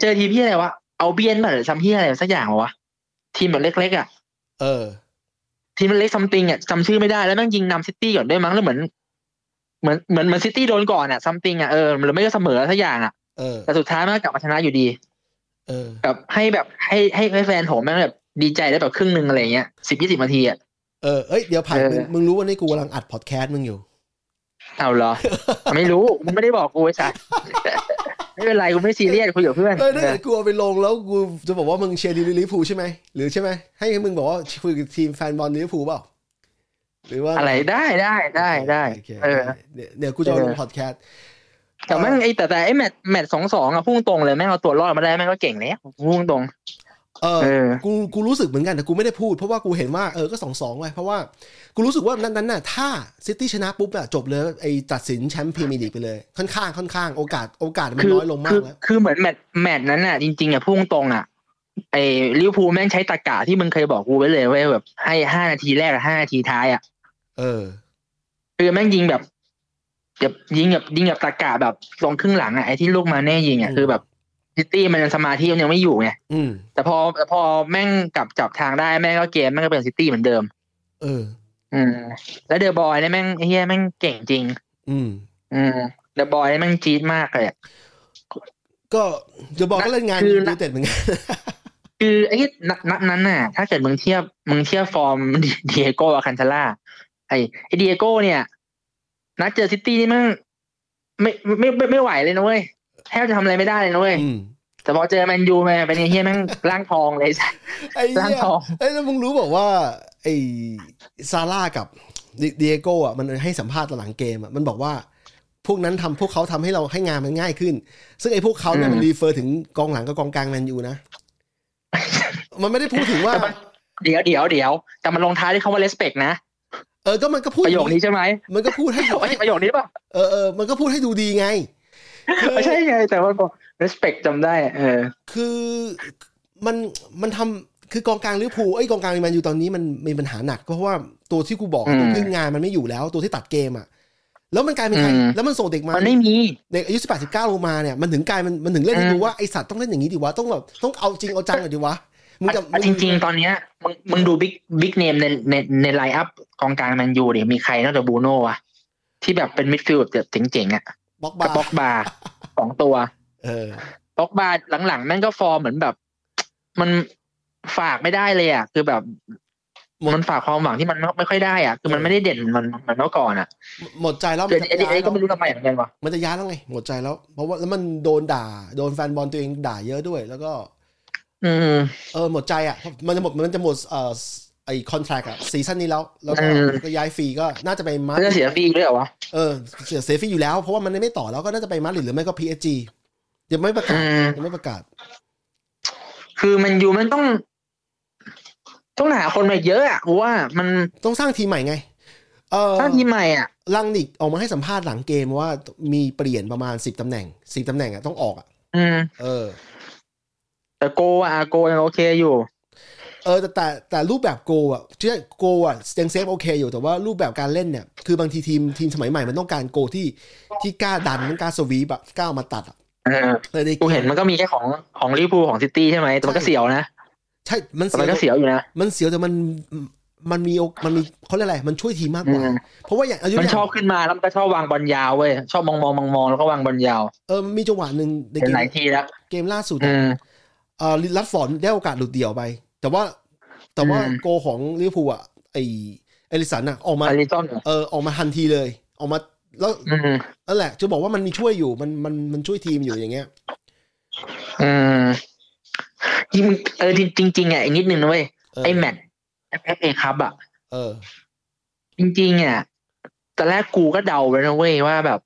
เจอทีมที่อะไรวะเอาเบียนมาหรือซัมที่อะไรสักอย่างวะทีมแบบเล็กๆอ่ะ เออ ทีมมันเล็กซัมติงอ่ะจำชื่อไม่ได้แล้วแม่งยิงนำซิตี้ก่อนด้วยมั้งแล้วเหมือนเหมือนเหมือนเหมือนซิตี้โดนก่อนอ่ะซัมติงอ่ะเออหรือไม่ก็เสมอสักอย่างอ่ะ เออ แต่สุดท้ายมันก็กลับมาชนะอยู่ดี เออ แบบให้แบบให้ให้ให้แฟนผมแม่งแบบดีใจได้แบบครึ่งหนึ่งอะไรเงี้ยสิบยี่สิบนาทีอ่ะ เออ เอ้ย เดี๋ยวผ่าน เออ มึงมึงรู้ว่านี่กูกำลังอัดพอดแคสต์มึงอยู่ เอาเหรอ ไม่รู้มันไม่ได้บอกกูไอ้สัส ไม่เป็นไรกูไม่ซีเรียสคุยกับเพื่อน เออถ้า เอ เกิ อ ดกูเอาไปลงแล้วกูจะบอกว่ามึงเชียร์ลิเวอร์พูลใช่ไหมหรือใช่ไหมให้มึงบอกว่าคุยกับทีมแฟนบอลลิเวอร์พูลเปล่าหรือว่า อะไรได้ได้ได้ได้ โอเค เออ เดี๋ยวเดี๋ยวกูจะเอาลง เออ พอดแคสต์ แต่แม่งไอ้แต่แต่ไอ้แมตช์แมตช์สองสองอะพุ่งตรงเลยแม่งเอาตัวรอดมาได้แม่งก็เก่งแล้วพุ่งตรง เออ เออ กูกูรู้สึกเหมือนกันแต่กูไม่ได้พูดเพราะว่ากูเห็นว่าเออก็สองสองไว้เพราะว่ากูรู้สึกว่านั้นนั้นน่ะถ้าซิตี้ชนะปุ๊บอะจบเลยไอ้ตัดสินแชมป์พรีเมียร์ลีกไปเลยค่อนข้างค่อนข้างโอกาสโอกาสมัน คือ น้อยลงมา คื ก อ แล้ว คือเหมือนแมตช์แมตช์นั้นน่ะจริงๆอ่ะพุ่งตรงอ่ะไอ้ลิเวอร์พูลแม่งใช้ตะกะที่มึงเคยบอกกูไว้เลยเว้ยแบบให้ห้านาทีแรกกับห้านาทีท้ายอ่ะ เออ คือแม่งยิงแบบแบบยิงแบบยิงแบบตะกะแบบตรงครึ่งหลังอ่ะไอ้ที่ลูกมาแน่ยิงอ่ะ อืม คือแบบซิตี้มันสมาธิมันยังไม่อยู่ไง อืม แต่พอแต่พอแม่งกลับจับทางได้แม่งก็เกมแม่งก็เป็นซิตี้เหมือนเดิม เออ อืม แล้วเดอะบอยเนี่ยแม่งไอ้เฮียแม่งเก่งจริง อืม อืมเดอะบอยเนี่ยแม่งจี๊ดมากเลยอะ ก็จะบอกก็เล่นงาน คือ ยูเต็ดเหมือนกัน คือไอ้นัดนัดนั้นน่ะ ถ้าเกิดมึงเทียบมึงเทียบฟอร์ม เดียโก้อาคันชาล่าไอ้ไอ้เดียโก้เนี่ย นัดเจอซิตี้นี่มั่งไม่ไม่ไม่ไม่ไหวเลยนะเว้ยแทบจะทำอะไรไม่ได้เลยนะเว้ย อืม แต่พอเจอแมนยูแม่งเป็นไอ้เฮียแม่งร่างทองเลยสัส ไอ้ ร่าง เหี้ย ทอง ไอ้แล้วมึงรู้บอกว่า ไอ้ซาร่ากับเดียโก้อ่ะมันให้สัมภาษณ์ตอนหลังเกมอ่ะมันบอกว่า พวกนั้นทำพวกเขาทำให้เราให้งานมันง่ายขึ้น ซึ่งไอ้พวกเขาเนี่ย อืม มันรีเฟอร์ถึงกองหลังกับกองกลางแมนยูนะ มันไม่ได้พูดถึงว่า แต่มัน เดี๋ยวเดี๋ยวเดี๋ยวแต่มันลงท้ายด้วยคำว่า respect นะ เออก็มันก็พูด ประโยคนี้ใช่ไหม มันก็พูดให้ ไอ้ประโยคนี้ป่ะ เออเออมันก็พูดให้ดูดีไง ไม่ใช่ไง แต่ว่าบอก respect จำได้ เออ คือมันมันทำคือกองกลางลิเวอร์พูลไอ้ยกองกลางแมนยูตอนนี้มันมีปัญหาหนักก็เพราะว่าตัวที่กูบอก อืม ตัวพึ่งงานมันไม่อยู่แล้วตัวที่ตัดเกมอ่ะแล้วมันกลายเป็นใคร อืม แล้วมันส่งเด็กมา มันไม่มี เด็กอายุสิบแปดสิบเก้าลงมาเนี่ยมันถึงกลายมันมันถึงเล่นให้ อืม ดูว่าไอสัตว์ต้องเล่นอย่างนี้ดีวะต้องแบบต้องเอาจริงเอาจังหน่อยดีวะมึงจะ อ่ะจริง ๆ ตอนเนี้ยมึงมึงดูบิ๊กบิ๊กเนมในในในไลน์อัพกองกลางแมนยูเนี่ยมีใครนอกจากบรูโน่อะที่แบบเป็นมิดฟิลด์แบบเจ๋งๆอะ บล็อกบา กับบ็อกบาร์สองตัว เออ บ็อกบาร์หลังๆ แม่งก็ฟอร์มเหมือนแบบ มันฝากไม่ได้เลยอ่ะคือแบบ หมด มันฝากความหวังที่มันไม่ค่อยได้อ่ะคือมันไม่ได้เด่นเหมันเหมันเมื่อก่อนอ่ะ หมดใจแล้ว คือ มันจะ ไอ้นี่ ย้า ไอ้ ย นี่ก็ไม่ แล้ว รู้ทำไมเหมือนกันวะ มันจะย้ายแล้วไงหมดใจแล้ว เพราะว่าแล้วมันโดนด่าโดนแฟนบอลตัวเองด่าเยอะด้วยแล้วก็ อืม เออหมดใจอ่ะมันจะหมดมันจะหมดเอ่อไอคอนแทคอะซีซั่นนี้แล้ว แล้วก็ก็ย้ายฟรีก็น่าจะไปมาด เรื่องเสียฟรีด้วยเหรอวะ เออเสียเซฟรีอยู่แล้ว เพราะว่ามันไม่ต่อแล้วก็น่าจะไปมาดริดหรือไม่ก็พีเอจียังไม่ประกา อื ศ ม ยังไม่ประกาศ คือมันอยู่มันต้อง ต้องหาคนมาเยอะอ่ะกูว่ามัน ต้องสร้างทีมใหม่ไง เออ ถ้าทีมใหม่อ่ะ ลังนิกออกมาให้สัมภาษณ์หลังเกมว่ามีเปลี่ยนประมาณสิบตำแหน่งสิบตำแหน่งอ่ะต้องออกอ่ะ อืม เออ แต่โกอ่ะโกยังโอเคอยู่ เออแต่แต่แต่รูปแบบโกอ่ะเชื่อโกอ่ะยังเซฟโอเคอยู่แต่ว่ารูปแบบการเล่นเนี่ยคือบางทีทีมทีมสมัยใหม่มันต้องการโกที่ที่กล้าดันกล้าสวีปอะกล้าเอามาตัดอะ เออ เออใน กูเห็นมันก็มีแค่ของของลิเวอร์พูลของซิตี้ใช่ไหมแต่มันก็เสียวนะ ใช่ มัน แต่ เสี มันก็เสี ยยววอยู่นะ มันเสียวแต่มันมันมีโอมันมีเขาเรียกอะไร มันช่วยทีมมากก อื ว่า ม เพราะว่าอย่างอายุ มัน ย่าง ชอบขึ้นมาแล้วมันก็ชอบวางบอลยาวเว้ยชอบมองมองมองมองแล้วก็วางบอลยาว เออมันมีจังหวะหนึ่งใน เป็ เก น ม หลายทีแล้ว เกมล่าสุด อืม เออรัดฟอร์ดได้โอกาสหลุดเดี่ยวไป แต่ว่าแต่ว่า อืม โกของลิเวอร์พูลอ่ะไอเอลิสันอ่ะออกมา อาริซอนเหรอ เออออกมาทันทีเลย ออกมาแล้ว อืม นั่นแหละ จะบอกว่ามันมีช่วยอยู่มันมันมันช่วยทีมอยู่อย่างเงี้ย อืมจริงเออจริงจริงๆอ่ะอีกนิดนึงนะเว้ย เออ ไอ้แมตช์เอฟเอคัพอ่ะ เออ จริงๆอ่ะตอนแรกกูก็เดาไว้นะเว้ยว่าแบบ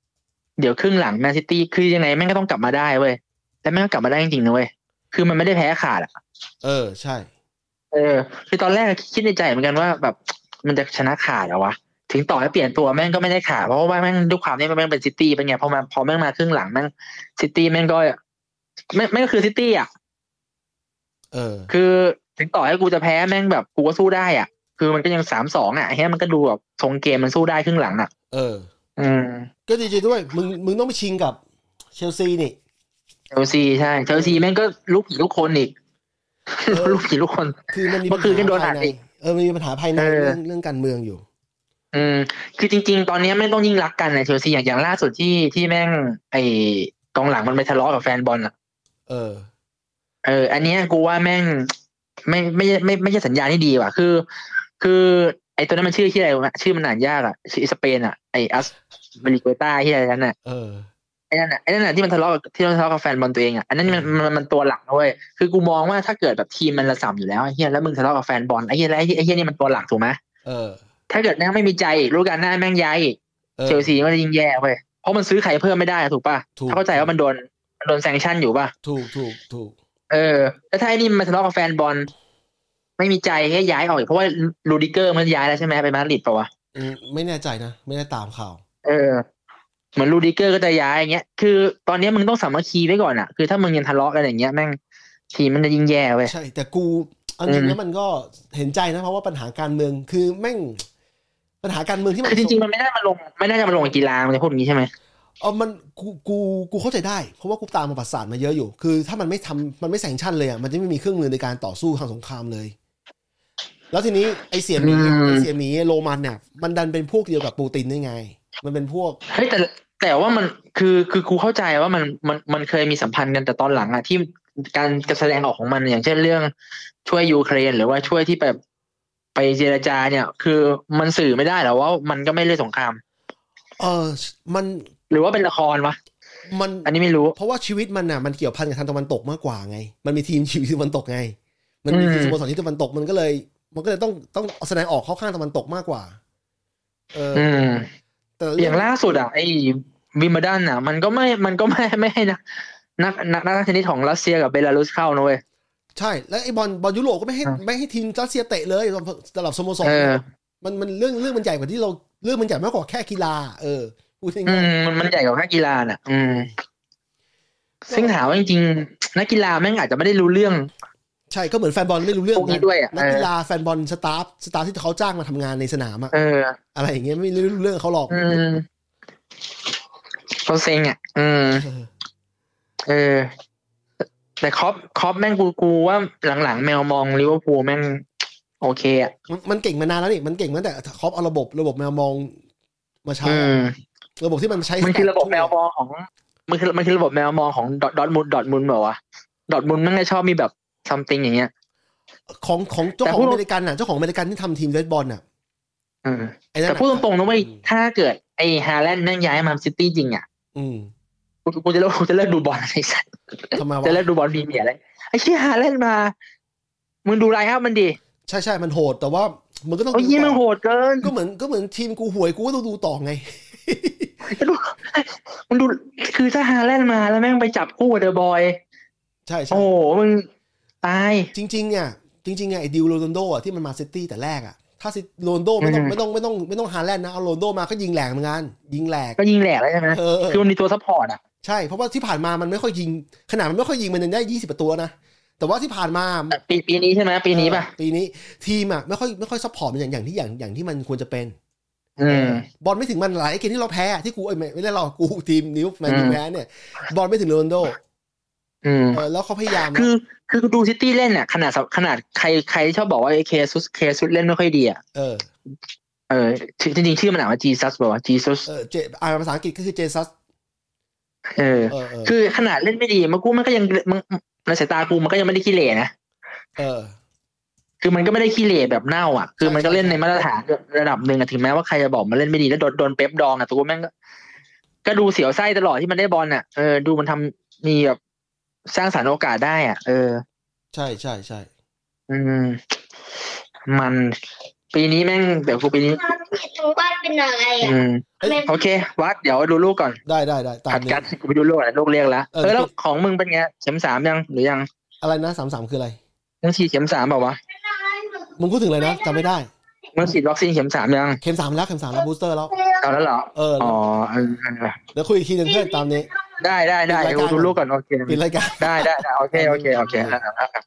เดี๋ยวครึ่งหลังแมนซิตี้คือยังไงแม่งก็ต้องกลับมาได้เว้ยแต่แม่งก็กลับมาได้จริงๆนะเว้ยคือมันไม่ได้แพ้ขาดอ่ะ เออใช่ เออ คือตอนแรกคิดในใจเหมือนกันว่าแบบ มันจะชนะขาดเหรอวะ ถึงต่อให้เปลี่ยนตัวแม่งก็ไม่ได้ขาดเพราะว่าแม่งด้วยความที่แม่งเป็นซิตี้เป็นไงพอมาพอแม่งมาครึ่งหลังแม่งซิตี้แม่งก็แม่งแม่งก็คือซิตี้อ่ะ เออ คือถึงต่อให้กูจะแพ้แม่งแบบกูก็สู้ได้อ่ะ คือมันก็ยังสามสองอ่ะเฮ้ยมันก็ดูแบบทรงเกมมันสู้ได้ครึ่งหลังอ่ะ เออ อืม ก็ดีใจด้วย มึงมึงต้องไปชิงกับเชลซีนี่ เชลซีใช่เชลซีแม่งก็ลูกผีลูกคนอีก เออ ลูกผีลูกคน คือมันมี เมื่อคืนก็โดนอัดอีก เออมันมีปัญหาภายใน เออ เรื่องเรื่องการเมืองอยู่ อืมคือจริง ๆ ตอนนี้ไม่ต้องยิ่งรักกันเลยเชลซีอย่างอย่างล่าสุดที่ที่แม่ง ไอกองหลังมันไปทะเลาะกับแฟนบอลอ่ะ เออ เออ อันเนี้ยกูว่าแม่ง ไม่ไม่ไม่ไม่ไม่ใช่สัญญาณที่ดีว่ะ คือ คือไอตัวนั้นมันชื่อที่อะไรวะชื่อมันอ่านยากอ่ะชื่อไอ้สเปนอ่ะไออัสบริโกต้าที่อะไรนั่นน่ะ เออ ไอ้นั่นน่ะไอ้นั่นน่ะที่มันทะเลาะกับที่มันทะเลาะกับแฟนบอลตัวเองอ่ะอันนั้นมันมันมันตัวหลักนะเว้ยคือกูมองว่าถ้าเกิดแบบทีมมันระส่ำอยู่แล้วไอ้เฮียแล้วมึงทะเลาะกับแฟนบอลไอ้เฮียแล้วไอ้เหี้ยไอ้เฮียนี่มันตัวหลักถูกไหม เออ ถ้าเกิดแม่งไม่มีใจรู้กันหน้าแม่งย้ายอีก ออ เชลซีมันจะยิ่งแย่เว้ย เพราะมันซื้อใครเพิ่มไม่ได้อะถูกป่ะ ถูก ถ้าเข้าใจว่ามันโดนมันโดนแซงชั่นอยู่ป่ะ ถูกถูกถูก เออ แล้วถ้าไอ้นี่มันทะเลาะกับแฟนบอล ไม่มีใจให้ย้ายออกอีกเพราะว่าลูดิเกอร์มันย้ายแล้วใช่ไหมไปมาดริดป่าวะ อืมไม่แน่ใจนะ ไม่ได้ตามข่าว เออ เหมือนลูดิเกอร์ก็จะย้ายอย่างเงี้ย คือตอนเนี้ยมึงต้องสามัคคีไว้ก่อนอะคือถ้ามึงยังทะเลาะกันอย่างเงี้ยแม่งทีมมันจะยิ่งแย่เว้ย ใช่ แต่กูเอันจริงแล้วมันก็เห็นใจนะ เพราะว่าปัญหาการเมืองคือแม่ง ปัญหาการเมืองที่มัน คือจริงๆมันไม่น่ามาลง ไม่น่าจะมาลงกับกีฬามันจะพูดอย่างงี้ใช่ไหม เออมันกูกูกูเข้าใจได้ เพราะว่ากูตามประวัติศาสตร์มาเยอะอยู่ คือ ถ้ามันไม่ทำมันไม่แซงชั่นเลยอ่ะมันจะไม่มีเครื่องมือในการต่อสู้ทางสงครามเลย แล้วทีนี้ไอเสียหมี อืม ไอเสียหมีโรมันเนี่ยมันดันเป็นพวกเดียวกับปูตินได้ไง มันเป็นพวก เฮ้ยแต่แต่ว่ามันคือคือกูเข้าใจว่ามันมันมันเคยมีสัมพันธ์กันแต่ตอนหลังอะที่การการแสดงออกของมันอย่างเช่นเรื่องช่วยยูเครนหรือว่าช่วยที่แบบไปเจรจาเนี่ย คือมันสื่อไม่ได้หรอว่ามันก็ไม่เล่นสงคราม เออ มัน หรือว่าเป็นละครวะ มัน อันนี้ไม่รู้ เพราะว่าชีวิตมันน่ะมันเกี่ยวพันกับทางตะวันตกมากกว่าไง มันมีทีมชีวิตตะวันตกไง มันมีทีม อืม สโมสรที่ตะวันตกมันก็เลย มันก็เลยต้องต้องแสดงออกเข้าข้างตะวันตกมากกว่า เออ อืม แต่ อย่างล่าสุดอ่ะไอ้วิมเบลดันอ่ะ มันก็ไม่มันก็ไม่ไม่ให้นักนักนักนักเทนนิสของรัสเซียกับเบลารุสเข้านะเว้ย ใช่แล้วไอ้บอลบอลยุโรปก็ไม่ให้ อ่ะ ไม่ให้ทีมรัสเซียเตะเลยสำหรับสโมสร เออ มันมันเรื่องเรื่องมันใหญ่กว่าที่เราเรื่องมันใหญ่มากกว่าแค่กีฬา เออพูด อื ง่าย มมันมันใหญ่กว่าแค่กีฬาน่ะ อืม ซึ่งถามว่าจริงๆนักกีฬาแม่งอาจจะไม่ได้รู้เรื่อง ๆใช่ก็เหมือนแฟนบอลไม่รู้เรื่อง พวกนี้ นะ ด้วยอ่ะ นัก เออ กีฬาแฟนบอลสตาฟสตาฟที่เขาจ้างมาทำงานในสนามอะ เออ อะไรอย่างเงี้ยไม่รู้เรื่องเขาหรอก อืมเขาเซ็งอ่ะ อืม เออ เออ แต่ครอปครอปแม่งกูกูว่าหลังๆ แมวมองลิเวอร์พูลแม่ง โอเคอ่ะ มันมันเก่งมานานแล้วนี่มันเก่งมาตั้งแต่ครอปเอาระบบระบบแมวมองมาใช้ อืมอะระบบที่มันใช้ มันคือระบบ ช่ย แมวมองของ มันคือมันคือระบบแมวมองของดอดดอทมูลดอทมูลแบบว่าวะดอทมูลแม่งจะชอบมีแบบซัมติงอย่างเงี้ย ของของเจ้าข แต่ อง พูด อเมริกันน่ะเจ้าของอเมริกันที่ทำทีมเรดบอลน่ะ อืม ไอ้นั่น แต่ น่ะ พูดตรงๆนะเว้ยถ้าเกิดไอ้ฮาแลนด์แม่งย้ายมาซิตี้จริงอ่ะ อืม กูกูจะเลิกกูจะเลิกดูบอลไอ้สัส ทำไม จะเลิ วะ กดูบอลพรีเมียร์เลยไอ้เชี่ยฮาแลนด์มา มึงดูไลน์ครับมันดี ใช่ใช่มันโหด แต่ว่ามันก็ต้อง โอ้ย ดู ยี่ ต่ มัน อ โหดเกิน ก็เหมือนก็เหมือนทีมกูหวยกูก็ต้องดูต่อไง ดูมึงดูคือถ้าฮาแลนด์มาแล้วแม่งไปจับคู่กับเดอะบอย ใช่ใช่ โอ้โหมึงตาย จริงๆเนี่ยจริงๆเนี่ยไอ้ดิวโรนลโดอ่ะที่มันมาซิตี้แต่แรกอ่ะถ้าซิโรนลโดไม่ต้อง อืม ไม่ต้องไม่ต้องไม่ต้องฮาแลนด์นะเอาโรนลโดมาก็ยิงแหลกเหมือนกันยิงแหลก ก็ยิงแหลกแล้วใช่ไหม เออเออ คือมันมีตัวซัพพอร์ตอ่ะ ใช่เพราะว่าที่ผ่านมามันไม่ค่อยยิง ขนาดมันไม่ค่อยยิงมันยังได้ยี่สิบประตูแล้วนะแต่ว่าที่ผ่านมา ปีปีนี้ใช่ไหมปีนี้ป่ะ เออปีนี้ทีมอ่ะไม่ค่อยไม่ค่อยซัพพอร์ตมันอย่างอย่างที่อย่างอย่างที่มันควรจะเป็น อืม บอลไม่ถึงมันหลายเกมที่เราแพ้อะที่กูเอ้ยไม่ไม่ได้เรากู ทีมนิ้วแมนยู อืม แพ้เนี่ยบอลไม่ถึงโรนลโด อืม เออแล้วเขาพยายาม คือคือดูซิตี้เล่นอ่ะ ขนาดสขนาดใครใครชอบบอกว่าไอ้เคซุสเคซุสเล่นไม่ค่อยดีอ่ะ เออ เออชื่อจริงๆชื่อมันอ่านว่าจีซัสบอกว่าจีซัส เออเจอ่านภาษาอังกฤษก็คือเจซัส เออ เออเออ คือขนาดเล่นไม่ดีมันกูมันก็ยังมันในสายตากูมันก็ยังไม่ได้ขี้เหร่นะ เออ คือมันก็ไม่ได้ขี้เหร่แบบเน่าอ่ะ คือมันก็เล่น ใช่ ในมาตรฐานระดับหนึ่งอะถึงแม้ว่าใครจะบอกมันเล่นไม่ดีแล้วโดนโดนเป๊ปดองอ่ะแตัวกูแม่งก็ก็ดูเสียวไส้ตลอดที่มันได้บอลอ่ะเออดูมันทำมีแบบสร้างสรรค์โอกาสได้อ่ะเออ ใช่ใช่ใช่ อืม มันปีนี้แม่งเดี๋ยวกูปีนี้ น้องผิดทั้งบ้านเป็นอะไรอ่ะ อืม เอ้ย โอเค วัดเดี๋ยวดูลูกก่อน ได้ได้ได้ตา ผั ม ด นี้ กันกูไปดูลูกแหละลูกเรียกแล้ว เออ เออแล้วของมึงเป็นไงเข็มสามยังหรือยัง อะไรนะสามสามคืออะไร มึงฉีดเข็มสามเปล่าวะ มึงพูดถึงอะไรนะจำไม่ได้ มึงฉีดวัคซีนเข็มสามยัง เข็มสามแล้วเข็มสามแล้วบูสเตอร์แล้ว เอาแล้วเหรอ เออ อ๋อเออเออ เดี๋ยวคุยอีกทีหนึ่งเพื่อนตามนี้ ได้ได้ได้ ปิดเดี๋ยวรายการกูดูลูกก่อนโอเค ปิดรายการ ได้ได้ได้โอเคโอเคโอเคอ่ะอ่ะอ่ะ